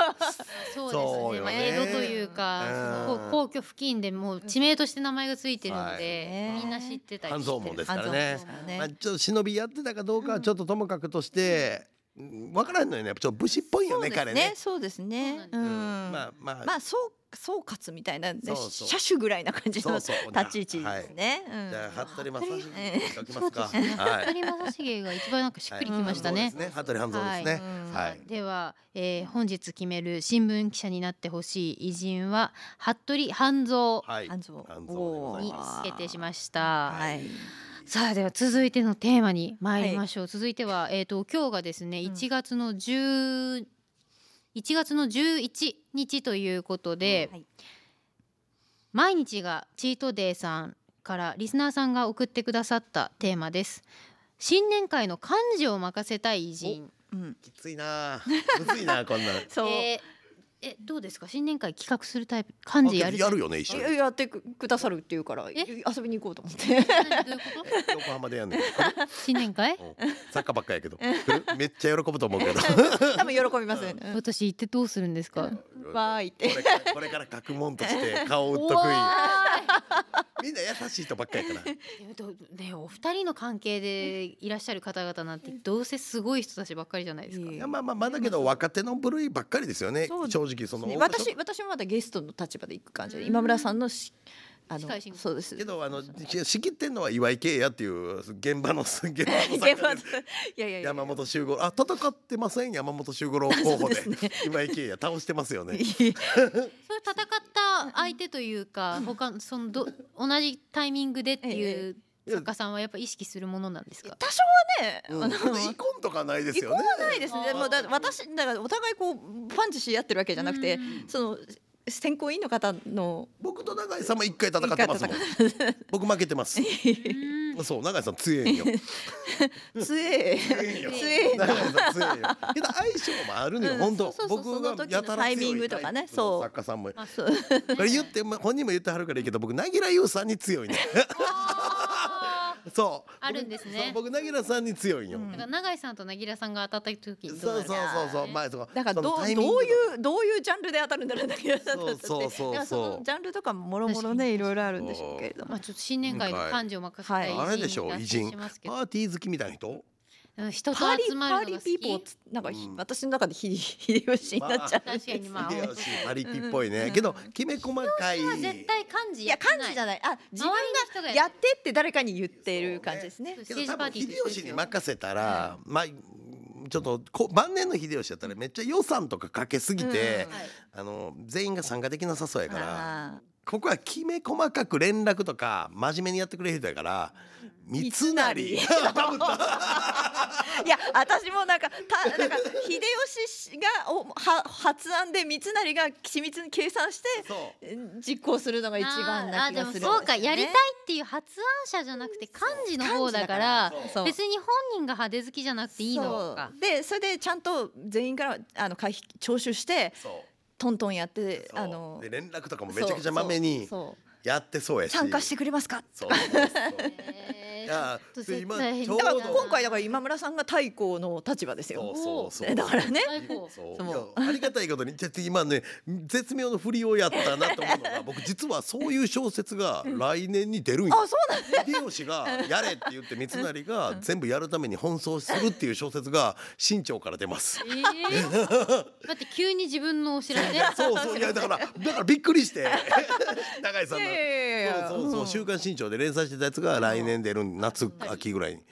[SPEAKER 4] そう
[SPEAKER 2] そう
[SPEAKER 4] で
[SPEAKER 2] よ
[SPEAKER 4] すね。まあ、
[SPEAKER 2] ね
[SPEAKER 4] 江戸というか、
[SPEAKER 2] うん
[SPEAKER 4] こう皇居付近でもう地名として名前がついてるので、
[SPEAKER 3] はい
[SPEAKER 4] みんな知ってたりして。
[SPEAKER 2] 半蔵門ですから
[SPEAKER 3] 半蔵門
[SPEAKER 2] ね
[SPEAKER 3] ですからね
[SPEAKER 2] まあ、ちょっと忍びやってたかどうかはちょっとともかくとして、うん、分からんのよねやっぱちょっと武士っぽいよね彼ね。
[SPEAKER 3] そうですね。そうですね。
[SPEAKER 2] う
[SPEAKER 3] う
[SPEAKER 2] ん
[SPEAKER 3] ん。
[SPEAKER 2] まあまあ、
[SPEAKER 3] まあそう総括みたいなね
[SPEAKER 2] そうそう
[SPEAKER 3] 車種ぐらいな感じ
[SPEAKER 2] そ
[SPEAKER 3] の
[SPEAKER 2] う
[SPEAKER 3] 立
[SPEAKER 2] そう
[SPEAKER 3] ち位置ですね。うん
[SPEAKER 2] じゃあ服部正成
[SPEAKER 3] え
[SPEAKER 2] 書きま
[SPEAKER 4] そ
[SPEAKER 2] す
[SPEAKER 4] うで
[SPEAKER 2] か。
[SPEAKER 4] すね。
[SPEAKER 2] はい
[SPEAKER 4] 服部正成が一番なんかしっくりきましたね。
[SPEAKER 2] はいそうですね服部半蔵ですね。は
[SPEAKER 4] はいい。では、えー本日決める新聞記者になってほしい偉人は服部半蔵
[SPEAKER 2] はい。
[SPEAKER 3] 半蔵
[SPEAKER 2] 半蔵でござい
[SPEAKER 4] に
[SPEAKER 2] ます。
[SPEAKER 4] 決定しました。
[SPEAKER 3] はい。
[SPEAKER 4] さあでは続いてのテーマに参りましょう、続いてはえっ、と今日がですね
[SPEAKER 3] ん
[SPEAKER 4] 1月の10 1月の11日ということで、
[SPEAKER 3] うんはい
[SPEAKER 4] 毎日がチートデイさんからリスナーさんが送ってくださったテーマです新年会の幹事を任せたい偉人
[SPEAKER 3] うん。
[SPEAKER 2] きついなあ。むずいなあこんなの。
[SPEAKER 3] そう。
[SPEAKER 4] えーえどうですか新年会企画するタイプ幹事やる
[SPEAKER 2] やるよね一緒
[SPEAKER 3] い
[SPEAKER 2] に。
[SPEAKER 3] や
[SPEAKER 2] 横
[SPEAKER 3] やってくくださるっていうから
[SPEAKER 4] え
[SPEAKER 3] 遊びに行こうと思 って。
[SPEAKER 4] 何どういうこと
[SPEAKER 2] 浜でやんねん。
[SPEAKER 4] 新年 会
[SPEAKER 2] うんサッカーばっかやけど。めっちゃ喜ぶと思うけど。
[SPEAKER 3] 多分喜びますよね。
[SPEAKER 4] 私行ってどうするんですか
[SPEAKER 3] わーいっ
[SPEAKER 2] こ
[SPEAKER 3] て。
[SPEAKER 2] れからこれから学問として顔を売っとくんよみんな優しい人ばっかやから。
[SPEAKER 4] でもどねお二人の関係でいらっしゃる方々なんてどうせすごい人たちばっかりじゃないですか。
[SPEAKER 3] い
[SPEAKER 2] い
[SPEAKER 3] え
[SPEAKER 2] やまあまあまあだけど若手の部類ばっかりですよね。
[SPEAKER 3] そう
[SPEAKER 2] 正直その大御所
[SPEAKER 3] 私私もまだゲストの立場で行く感じで今村さんのしあ
[SPEAKER 4] 司
[SPEAKER 3] の
[SPEAKER 4] 会進行
[SPEAKER 3] そうです
[SPEAKER 2] け。どあの し仕切ってんのは岩井圭也っていう現場のす現場の作家
[SPEAKER 3] 現場
[SPEAKER 2] で
[SPEAKER 3] の
[SPEAKER 2] す
[SPEAKER 3] いやいやいや。
[SPEAKER 2] 山本周五郎あ戦ってません山本周五郎候補で
[SPEAKER 3] そうですね
[SPEAKER 2] 今井圭也倒してますよね
[SPEAKER 4] そういう戦った相手というか他のそのど同じタイミングでっていう
[SPEAKER 2] ええ
[SPEAKER 4] 作家さんはやっぱ意識するものなんですか。
[SPEAKER 3] 多少はね。
[SPEAKER 2] うんだって遺恨とかないですよね
[SPEAKER 3] ないですね。
[SPEAKER 4] あー
[SPEAKER 3] もうだ私だからお互いこうパンチし合ってるわけじゃなくて、その選考委員の方の
[SPEAKER 2] 僕と永井さんも一回戦ってますもん僕負けてます
[SPEAKER 4] うん
[SPEAKER 2] そう永井さん強いんよ
[SPEAKER 3] つえ
[SPEAKER 2] よ
[SPEAKER 3] つえ
[SPEAKER 2] 永井さん強いんよけど相性もあるのよ、
[SPEAKER 3] うん
[SPEAKER 2] 本当
[SPEAKER 3] そうそうそう
[SPEAKER 2] 僕が
[SPEAKER 3] その時の
[SPEAKER 2] やたら強い
[SPEAKER 3] タイミングとかねそう
[SPEAKER 2] 作家さんも
[SPEAKER 4] あそ
[SPEAKER 3] そう
[SPEAKER 2] これ言ってま本人も言ってはるからいいけど僕なぎらゆうさんに強い ねそう
[SPEAKER 4] あるんですね
[SPEAKER 2] そう僕なぎらさんに強いんよ、
[SPEAKER 3] うん
[SPEAKER 4] だから永井さんとなぎらさんが当たった時
[SPEAKER 2] そう
[SPEAKER 4] にどう
[SPEAKER 2] そう
[SPEAKER 4] なる
[SPEAKER 2] そうそうまあそう
[SPEAKER 3] だから
[SPEAKER 2] その
[SPEAKER 3] どう
[SPEAKER 2] タイミング
[SPEAKER 3] ど
[SPEAKER 2] と
[SPEAKER 3] う
[SPEAKER 2] か
[SPEAKER 3] いうどういうジャンルで当たるんだろうだけど
[SPEAKER 2] そうそうそう
[SPEAKER 3] だからそのジャンルとかももろもろ
[SPEAKER 4] 確かに
[SPEAKER 3] ねいろいろあるんでしょうけれど
[SPEAKER 4] ま
[SPEAKER 3] も
[SPEAKER 4] あちょっと新年会の感情を任せたい
[SPEAKER 3] はい
[SPEAKER 2] あれでしょう偉人
[SPEAKER 4] し
[SPEAKER 2] パ
[SPEAKER 4] ますけど
[SPEAKER 2] ーティー好きみたいな人
[SPEAKER 4] うん人と
[SPEAKER 3] パーリ
[SPEAKER 4] 集
[SPEAKER 3] ー
[SPEAKER 4] ま
[SPEAKER 3] パ
[SPEAKER 4] るの
[SPEAKER 3] ーリ
[SPEAKER 4] が
[SPEAKER 3] ーピーポー
[SPEAKER 4] 好
[SPEAKER 3] っつなんかひ
[SPEAKER 2] うん
[SPEAKER 3] 私の中でひ秀吉になっちゃう、
[SPEAKER 2] まあ
[SPEAKER 4] 確かにまあ
[SPEAKER 2] 秀吉パリピっぽいね、けどきめ細かい
[SPEAKER 4] きは絶対漢字
[SPEAKER 3] い
[SPEAKER 4] や
[SPEAKER 3] や
[SPEAKER 4] って
[SPEAKER 3] 漢
[SPEAKER 4] ない
[SPEAKER 3] 字じゃないあ自
[SPEAKER 4] 周り
[SPEAKER 3] 分
[SPEAKER 4] の人が
[SPEAKER 3] がやってって誰かに言ってる感じですね
[SPEAKER 4] そうね
[SPEAKER 2] け
[SPEAKER 4] ス
[SPEAKER 2] ど
[SPEAKER 4] テージ
[SPEAKER 2] 多
[SPEAKER 4] パ
[SPEAKER 2] 分
[SPEAKER 4] ーティー
[SPEAKER 2] 秀
[SPEAKER 4] と一緒ですよ
[SPEAKER 2] 吉に任せたら、まあちょっとこ晩年の秀吉だったらめっちゃ予算とかかけすぎて、
[SPEAKER 3] うん
[SPEAKER 4] はい
[SPEAKER 2] あの全員が参加できなさそうやから
[SPEAKER 3] あ
[SPEAKER 2] ここはきめ細かく連絡とか真面目にやってくれる人やから三成多分
[SPEAKER 3] ーいや私もなんかたなんか秀吉がおは発案で三成が緻密に計算して
[SPEAKER 2] そう
[SPEAKER 3] 実行するのが一
[SPEAKER 4] あ
[SPEAKER 3] 番
[SPEAKER 4] ーあー
[SPEAKER 3] な気
[SPEAKER 4] で
[SPEAKER 3] が
[SPEAKER 4] も
[SPEAKER 3] する
[SPEAKER 4] そうかやりたい
[SPEAKER 3] ね
[SPEAKER 4] っていう発案者じゃなくて漢字の方だから
[SPEAKER 2] そう
[SPEAKER 3] そう
[SPEAKER 4] 別に本人が派手好きじゃなくていいのか
[SPEAKER 3] そうでそれでちゃんと全員からあの会費徴収して
[SPEAKER 2] そう
[SPEAKER 3] トントンやって
[SPEAKER 2] そう
[SPEAKER 3] あの
[SPEAKER 2] で連絡とかもめちゃくちゃまめに
[SPEAKER 3] そうそう
[SPEAKER 2] やってそうやし
[SPEAKER 3] 参加してくれますか
[SPEAKER 2] そうそうそう
[SPEAKER 4] へー
[SPEAKER 2] いや
[SPEAKER 4] ちょっと
[SPEAKER 2] で今
[SPEAKER 4] 絶対変
[SPEAKER 2] ちょう
[SPEAKER 3] だ
[SPEAKER 2] ど
[SPEAKER 3] から
[SPEAKER 2] そう
[SPEAKER 3] 今回だから今村さんが太鼓の立場です
[SPEAKER 2] そ
[SPEAKER 3] よ
[SPEAKER 2] うそう そう
[SPEAKER 3] ねだからね
[SPEAKER 4] 最高
[SPEAKER 2] そう
[SPEAKER 3] そう
[SPEAKER 2] いやありがたいことにちょっと今ね絶妙の振りをやったなと思うのが僕実はそういう小説が来年に出るんよ
[SPEAKER 3] あそうなんだ
[SPEAKER 2] 秀吉が「やれ」って言って三成が全部やるために奔走するっていう小説が新潮から出 ます。
[SPEAKER 4] ええだって急に自分のお知らせ
[SPEAKER 2] そうそういやだからだからびっくりして 永井さん
[SPEAKER 3] い
[SPEAKER 2] の
[SPEAKER 3] やいやいやいや
[SPEAKER 2] そうそうそう「
[SPEAKER 3] うん
[SPEAKER 2] 週刊新潮」で連載してたやつが来年出る夏秋ぐらいに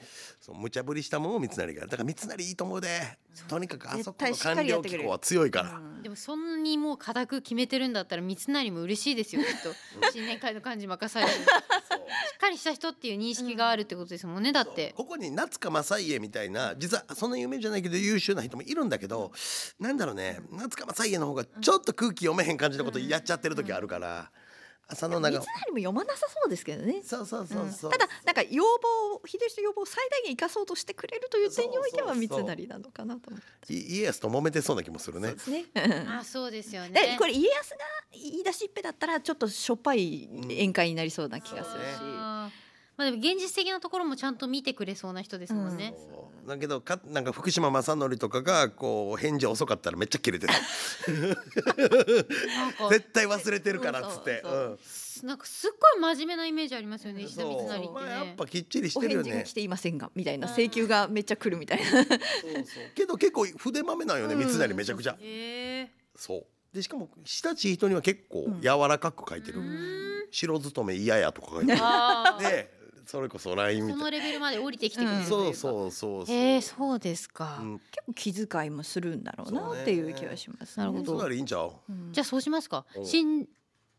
[SPEAKER 2] そう無茶ぶりしたものを三成がだから三成いいと思うでとにかくあそこの
[SPEAKER 3] 絶対しっか
[SPEAKER 2] 官
[SPEAKER 3] りや
[SPEAKER 2] 僚
[SPEAKER 3] ってく
[SPEAKER 2] 機
[SPEAKER 3] れる
[SPEAKER 2] 構は強いから。
[SPEAKER 4] でもそんなにもう固く決めてるんだったら三成も嬉しいですよきっと新年会の幹事任されるしっかりした人っていう認識があるってことですもんねだって
[SPEAKER 2] ここに夏か正家みたいな実はそんな有名じゃないけど優秀な人もいるんだけどなんだろうね夏か正家の方がちょっと空気読めへん感じのことやっちゃってる時あるから朝の
[SPEAKER 3] 三成
[SPEAKER 2] 長
[SPEAKER 3] も読まなさそうですけどね
[SPEAKER 2] そうそうそうそう、
[SPEAKER 3] ただなんか要望秀吉の要望を最大限生かそうとしてくれるという点においては
[SPEAKER 2] そうそ
[SPEAKER 3] 三
[SPEAKER 2] うそう
[SPEAKER 3] 成なのかなと思
[SPEAKER 2] い家康と揉めてそうな気もするね
[SPEAKER 3] うんですね。うん
[SPEAKER 4] あそうですよ
[SPEAKER 3] で
[SPEAKER 4] ね
[SPEAKER 3] これ家康が言い出しっぺだったらちょっとしょっぱい宴会になりそうな気がするし、
[SPEAKER 2] そう
[SPEAKER 4] あーまあでも現実的なところもちゃんと見てくれそうな人ですもんね、
[SPEAKER 2] そうだけどかなんか福島正則とかがこう返事遅かったらめっちゃキレ てる
[SPEAKER 4] なんか
[SPEAKER 2] 絶対忘れてるからっつって
[SPEAKER 3] そうそう
[SPEAKER 2] うん
[SPEAKER 4] なんかすっごい真面目なイメージありますよね石田三
[SPEAKER 2] そ
[SPEAKER 4] 成っ
[SPEAKER 2] う
[SPEAKER 4] てね、
[SPEAKER 2] まあやっぱきっちりし
[SPEAKER 3] お
[SPEAKER 2] てるよ
[SPEAKER 3] 返事が
[SPEAKER 2] ね
[SPEAKER 3] 来ていませんがみたいな請求がめっちゃ来るみたいな
[SPEAKER 2] けど結構筆まめなんよね
[SPEAKER 3] うん
[SPEAKER 2] 三成めちゃくちゃ
[SPEAKER 4] へえ
[SPEAKER 2] そうでしかも親しい人には結構柔らかく書いてる、白勤め嫌やとか書いてる
[SPEAKER 4] あー
[SPEAKER 2] でそれこそ LINE み
[SPEAKER 4] そ
[SPEAKER 2] た
[SPEAKER 4] の
[SPEAKER 2] い
[SPEAKER 4] レベルまで降りてきてくれる
[SPEAKER 2] な、
[SPEAKER 3] ん
[SPEAKER 4] とい
[SPEAKER 2] そうう
[SPEAKER 4] か
[SPEAKER 2] そうそうそう、
[SPEAKER 4] へえそうですか、
[SPEAKER 2] うん
[SPEAKER 3] 結構気遣いもするんだろう
[SPEAKER 2] そうね
[SPEAKER 3] なっていう気はします、
[SPEAKER 4] なるほど
[SPEAKER 2] そんならいいんちゃう
[SPEAKER 3] うん
[SPEAKER 4] じゃあそうしますか
[SPEAKER 2] お。う
[SPEAKER 4] 新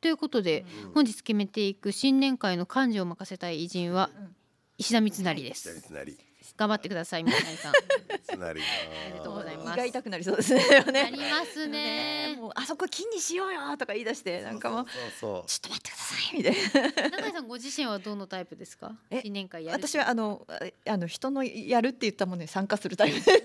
[SPEAKER 4] ということで、
[SPEAKER 2] うん
[SPEAKER 4] 本日決めていく新年会の幹事を任せたい偉人は
[SPEAKER 3] うん
[SPEAKER 4] 石田三成で
[SPEAKER 2] 左
[SPEAKER 4] す。
[SPEAKER 2] つなり
[SPEAKER 4] 頑張ってください三成さん。
[SPEAKER 2] つな り
[SPEAKER 4] りがとうございます
[SPEAKER 3] 胃が痛くなりそうですね。でも
[SPEAKER 4] な
[SPEAKER 3] ね
[SPEAKER 4] りますね。
[SPEAKER 3] もうあそこ金にしようよとか言い出してなんかもうちょ
[SPEAKER 2] そうそう
[SPEAKER 3] っと待ってくださいみたいな。
[SPEAKER 4] 永井さんご自身はどのタイプですか？
[SPEAKER 3] え
[SPEAKER 4] 新年会やる。
[SPEAKER 3] 私はあのああの人のやるって言ったものに参加するタイプです。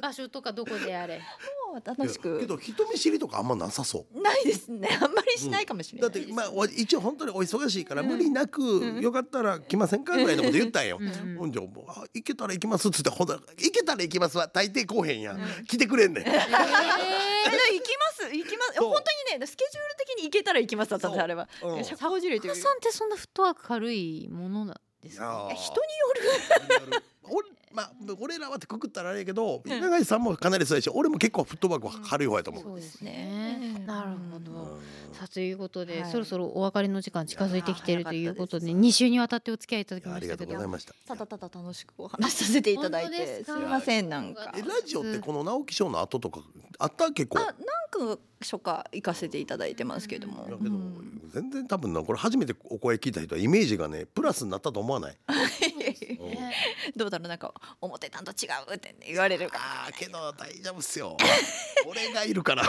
[SPEAKER 4] 場所とかどこであれ。
[SPEAKER 3] もう楽し
[SPEAKER 2] そうけ
[SPEAKER 3] く
[SPEAKER 2] ど人見知りとかあんまなさそう
[SPEAKER 3] ないですね。あんまりしないかもしれ
[SPEAKER 2] だ
[SPEAKER 3] な
[SPEAKER 2] っ
[SPEAKER 3] い
[SPEAKER 2] て
[SPEAKER 3] です。
[SPEAKER 2] まあお一応本当にお忙しいから無理なくよかったら来ませんかぐらいのこと言ったんよ
[SPEAKER 4] うんうん
[SPEAKER 2] ほんじゃもうあ行けたら行きますっつってほんだら行けたら行きますは大抵来へんやん来てくれんねん
[SPEAKER 3] え
[SPEAKER 4] え
[SPEAKER 3] 行きます行きます
[SPEAKER 2] そう
[SPEAKER 3] 本当にねスケジュール的に行けたら行きますだったんで
[SPEAKER 2] そう
[SPEAKER 3] すあれは
[SPEAKER 2] うん
[SPEAKER 3] 社交辞令と
[SPEAKER 4] え
[SPEAKER 3] い
[SPEAKER 4] ー。
[SPEAKER 3] う
[SPEAKER 4] さんってそんなフットワーク軽いものなんです
[SPEAKER 2] いや
[SPEAKER 4] か？
[SPEAKER 2] ー
[SPEAKER 3] いや人に
[SPEAKER 2] 俺まあ俺らはってくくったらあれやけど永井さんもかなりそうやし俺も結構フットワークは軽い方やと思
[SPEAKER 4] そ
[SPEAKER 2] う。
[SPEAKER 4] うです
[SPEAKER 3] う
[SPEAKER 4] ね。
[SPEAKER 3] ん
[SPEAKER 4] なるほ
[SPEAKER 2] う
[SPEAKER 4] ど。
[SPEAKER 2] ん
[SPEAKER 4] さあということで、
[SPEAKER 3] はい
[SPEAKER 4] そろそろお別れの時間近づいてきてるということ
[SPEAKER 3] い
[SPEAKER 4] で
[SPEAKER 3] やー早かったです
[SPEAKER 4] 2週にわたってお付き合いいただき
[SPEAKER 2] いやあ
[SPEAKER 4] ま
[SPEAKER 2] り
[SPEAKER 4] した
[SPEAKER 2] が
[SPEAKER 4] け
[SPEAKER 2] とう
[SPEAKER 4] ど
[SPEAKER 2] ございました。
[SPEAKER 3] ただただ楽しくお話しさせていただい
[SPEAKER 4] 本当で
[SPEAKER 3] て
[SPEAKER 4] す
[SPEAKER 3] す
[SPEAKER 4] か
[SPEAKER 3] みませんなんか
[SPEAKER 4] あ
[SPEAKER 3] あ
[SPEAKER 4] り
[SPEAKER 2] え
[SPEAKER 4] が
[SPEAKER 2] ラジオってこの直木賞の後とかあった結構。
[SPEAKER 3] 何か所か行かせていただいてますけども
[SPEAKER 2] いや
[SPEAKER 3] う
[SPEAKER 2] けど
[SPEAKER 3] ん
[SPEAKER 2] 全然多分なこれ初めてお声聞いた人はイメージがねプラスになったと思わない。
[SPEAKER 4] そうです
[SPEAKER 3] し
[SPEAKER 2] うん
[SPEAKER 3] どうだろうなんか思ってたんと違うって言われるか
[SPEAKER 2] あーけど大丈夫っす よ俺がいるから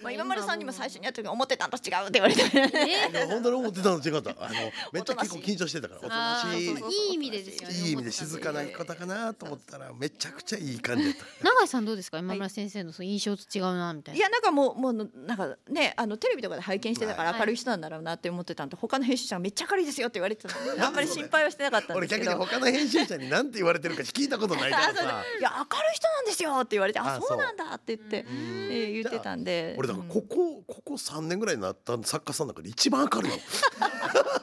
[SPEAKER 3] まあ、今丸さんにも最初にやった時思ってたんと違うって言われて
[SPEAKER 2] いや本当に思ってたのと違かったあのめっちゃ結構緊張してたからおと
[SPEAKER 4] あ
[SPEAKER 2] な
[SPEAKER 4] ー
[SPEAKER 2] しい
[SPEAKER 4] そうそういい意味でですよね
[SPEAKER 2] いい意味で静かな方かなと思ったらめちゃくちゃいい感じだった
[SPEAKER 4] 永井さんどうですか今村先生のその印象と違うなみたい
[SPEAKER 3] い
[SPEAKER 4] な。
[SPEAKER 3] やなんかもうもうなんかねあのテレビとかで拝見してたから
[SPEAKER 4] はい
[SPEAKER 3] 明るい人なんだろうなって思ってたんで他の編集者はめっちゃ明るいですよって言われてたのであんまり
[SPEAKER 2] そうだよ
[SPEAKER 3] 心配はしてなかったん
[SPEAKER 2] 俺
[SPEAKER 3] ですけ
[SPEAKER 2] 逆に
[SPEAKER 3] ど。
[SPEAKER 2] 他の編集者に何て言われてるか聞いたことない からさ
[SPEAKER 3] いや明るい人なんですよって言われてあ
[SPEAKER 2] あ
[SPEAKER 3] そうなんだって言って、え
[SPEAKER 2] ん
[SPEAKER 3] ー、言ってたんで
[SPEAKER 2] 俺だからこ
[SPEAKER 3] うん
[SPEAKER 2] こここ3年ぐらいになった作家さんの中で一番明るいの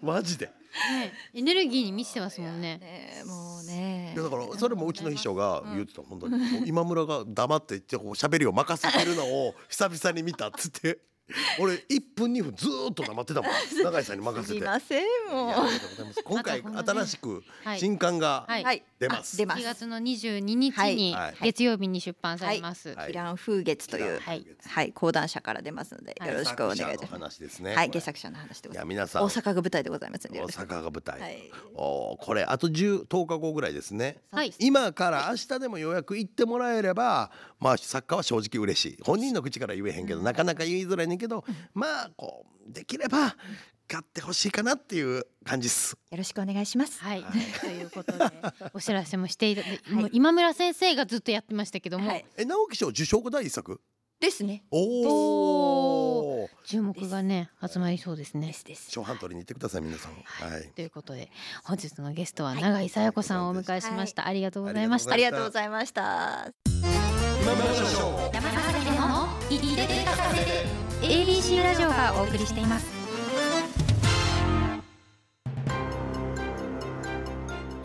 [SPEAKER 2] マジで
[SPEAKER 4] ねエネルギーに満ちてますもんね。
[SPEAKER 3] ねもうね
[SPEAKER 2] いやだからそれもうちの秘書が言ってた本当にもう今村が黙ってこう喋りを任せてるのを久々に見たっつって 俺1分2分ずーっと黙って たもん永井さんに任
[SPEAKER 3] す
[SPEAKER 2] せて
[SPEAKER 3] み。ませんも
[SPEAKER 2] いうやありがとうございます今
[SPEAKER 4] あ
[SPEAKER 2] 回
[SPEAKER 4] とこのね
[SPEAKER 2] 新しく
[SPEAKER 4] はい
[SPEAKER 2] 新刊が
[SPEAKER 4] はい
[SPEAKER 3] はい
[SPEAKER 2] 出ます
[SPEAKER 3] あ出ま
[SPEAKER 4] 1
[SPEAKER 3] す
[SPEAKER 4] 月の22日に
[SPEAKER 2] はい
[SPEAKER 4] 月曜日に出版されます。
[SPEAKER 2] はい
[SPEAKER 3] イラン風月という
[SPEAKER 2] は
[SPEAKER 3] はいい、講談社から出ますので
[SPEAKER 4] はい
[SPEAKER 3] よろしくお願いし
[SPEAKER 2] 作者の
[SPEAKER 3] ま
[SPEAKER 2] 話です
[SPEAKER 3] す
[SPEAKER 2] ね
[SPEAKER 3] は
[SPEAKER 2] こ
[SPEAKER 3] い下
[SPEAKER 2] れ
[SPEAKER 3] 作者の話でご
[SPEAKER 2] い
[SPEAKER 3] ざ
[SPEAKER 2] や
[SPEAKER 3] います
[SPEAKER 2] 皆さん
[SPEAKER 3] 大
[SPEAKER 2] 大
[SPEAKER 3] 阪が舞台でございますのでよろしく
[SPEAKER 2] 阪が舞台、
[SPEAKER 3] はい
[SPEAKER 2] おーこれあと10 10日後ぐらいですね
[SPEAKER 4] はい。
[SPEAKER 2] 今から明日でもようやく行ってもらえればまあ作家は正直嬉しい本人の口から言えへんけど、なかなか言いづらいねんけどまあこうできれば買ってほしいかなっていう感じっす
[SPEAKER 3] よろしくお願いします
[SPEAKER 4] はい、 ということでお知らせもしていただいて、もう今村先生がずっとやってましたけども、
[SPEAKER 3] はい
[SPEAKER 2] え直木賞受賞後第一作
[SPEAKER 3] ですね
[SPEAKER 2] おお
[SPEAKER 4] 注目がね集まりそうです
[SPEAKER 3] で
[SPEAKER 4] ね。
[SPEAKER 3] すです
[SPEAKER 2] 賞飯取りに行ってください皆さんはい、
[SPEAKER 4] ということで本日のゲストは永井さや子さんをお迎えしました、ありがとうございました
[SPEAKER 3] ありがとうございました
[SPEAKER 2] 今村賞
[SPEAKER 4] 山崎でも聞いてください ABC ラジオがお送りしています。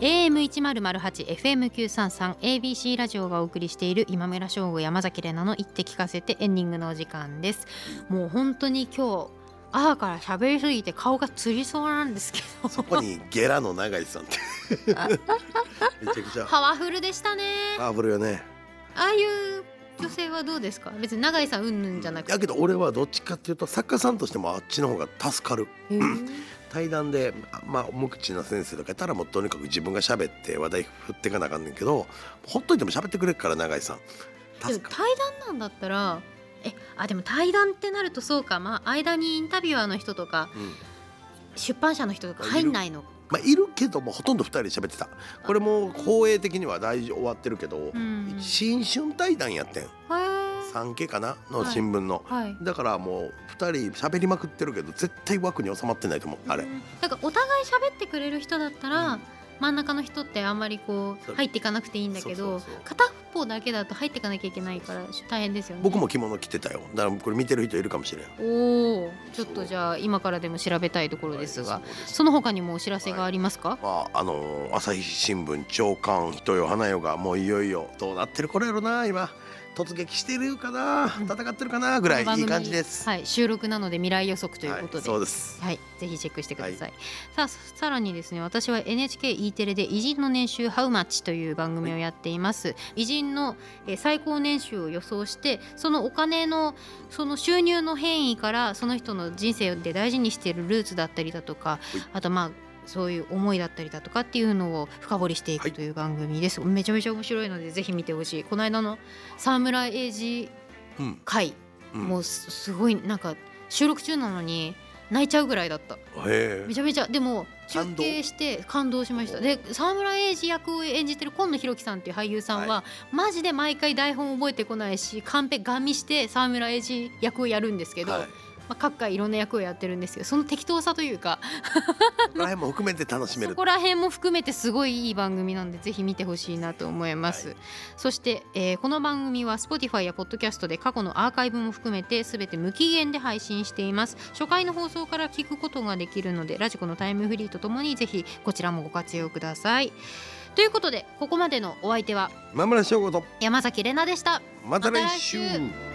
[SPEAKER 4] AM 一0 0 8 FM 九三三 ABC ラジオがお送りしている今村翔吾山崎怜奈の言って聞かせてエンディングのお時間です。もう本当に今日朝から喋りすぎて顔がつりそうなんですけど。
[SPEAKER 2] そこにゲラの永井さんってめちゃくちゃ
[SPEAKER 4] パワフルでしたね。
[SPEAKER 2] パワフルよね
[SPEAKER 4] ああいう女性はどうですか。別に永井さんうんぬんじゃなくて。
[SPEAKER 2] だけど俺はどっちかっていうと作家さんとしてもあっちの方が助かる
[SPEAKER 4] へー
[SPEAKER 2] 対談であまあ無口な先生とかやったらもうとにかく自分が喋って話題振ってかなあかんねんけどほっといても喋ってくれるから永井さん
[SPEAKER 4] で
[SPEAKER 2] 助
[SPEAKER 4] も
[SPEAKER 2] かる
[SPEAKER 4] 対談なんだったらえあでも対談ってなるとそうか、まあ、間にインタビュアーの人とか
[SPEAKER 2] うん
[SPEAKER 4] 出版社の人とか入んないの、
[SPEAKER 2] まあ、いるけどもほとんど2人で喋ってたこれもう放映的には大終わってるけど
[SPEAKER 4] うん、
[SPEAKER 2] 新春対談やってん
[SPEAKER 4] へー
[SPEAKER 2] 産経かなの新聞の、
[SPEAKER 4] はい
[SPEAKER 2] だからもう2人喋りまくってるけど絶対枠に収まってないと思うあれ
[SPEAKER 4] うんなんかお互い喋ってくれる人だったら、真ん中の人ってあんまりこ
[SPEAKER 2] そう
[SPEAKER 4] う入っていかなくていいんだけど
[SPEAKER 2] そうそうそう
[SPEAKER 4] 片方だけだと入っていかなきゃいけないから大変ですよね
[SPEAKER 2] 僕も着物着てたよだからこれ見てる人いるかもしれん
[SPEAKER 4] おおちょっとじゃあ今からでも調べたいところですが、
[SPEAKER 2] はいそうです
[SPEAKER 4] その他にもお知らせがありますか、
[SPEAKER 2] まああのー朝日新聞長官人よ花よがもういよいよどうなってるこれやろな今突撃してるかな
[SPEAKER 4] うん
[SPEAKER 2] 戦ってるかなぐらい
[SPEAKER 4] この番
[SPEAKER 2] いい
[SPEAKER 4] 組
[SPEAKER 2] 感じです。
[SPEAKER 4] はい、収録なので未来予測というこ
[SPEAKER 2] はい
[SPEAKER 4] とで、
[SPEAKER 2] そうです。
[SPEAKER 4] はい、ぜひチェックしてください。さあ、そさらにですね、私は NHKE テレで偉人の年収ハウマッチという番組をやっています。偉人のえー最高年収を予想して、そのお金のその収入の変異からその人の人生で大事にしているルーツだったりだとか
[SPEAKER 2] はい、
[SPEAKER 4] あとまあそういう思いだったりだとかっていうのを深掘りしてい
[SPEAKER 2] はい
[SPEAKER 4] くという番組です。めちゃめちゃ面白いのでぜひ見てほしい。この間の沢村英二
[SPEAKER 2] うん、
[SPEAKER 4] 回
[SPEAKER 2] うん
[SPEAKER 4] もうすすごいなんか収録中なのに泣いちゃうぐらいだった
[SPEAKER 2] へ
[SPEAKER 4] めちゃめちゃでも中
[SPEAKER 2] 感動
[SPEAKER 4] 継して感動しましたで沢村栄治役を演じてる今野博樹さんっていう俳優さんは、マジで毎回台本覚えてこないしカンペガン見して沢村栄治役をやるんですけ
[SPEAKER 2] え。
[SPEAKER 4] ど、
[SPEAKER 2] はい。
[SPEAKER 4] まあ、各回いろんな役をやってるんですけどその適当さというか
[SPEAKER 2] ここら辺も含めて楽しめ
[SPEAKER 4] そ
[SPEAKER 2] る。
[SPEAKER 4] こら辺も含めてすごいいい番組なんでぜひ見てほしいなと思います、
[SPEAKER 2] はい
[SPEAKER 4] そして、えーこの番組は Spotify や Podcast で過去のアーカイブも含めて全て無期限で配信しています初回の放送から聞くことができるのでラジコのタイムフリーとともにぜひこちらもご活用くださいということでここまでのお相手は
[SPEAKER 2] 今村翔吾と
[SPEAKER 4] 山崎れなでした
[SPEAKER 2] また来
[SPEAKER 4] また
[SPEAKER 2] 週
[SPEAKER 4] 来週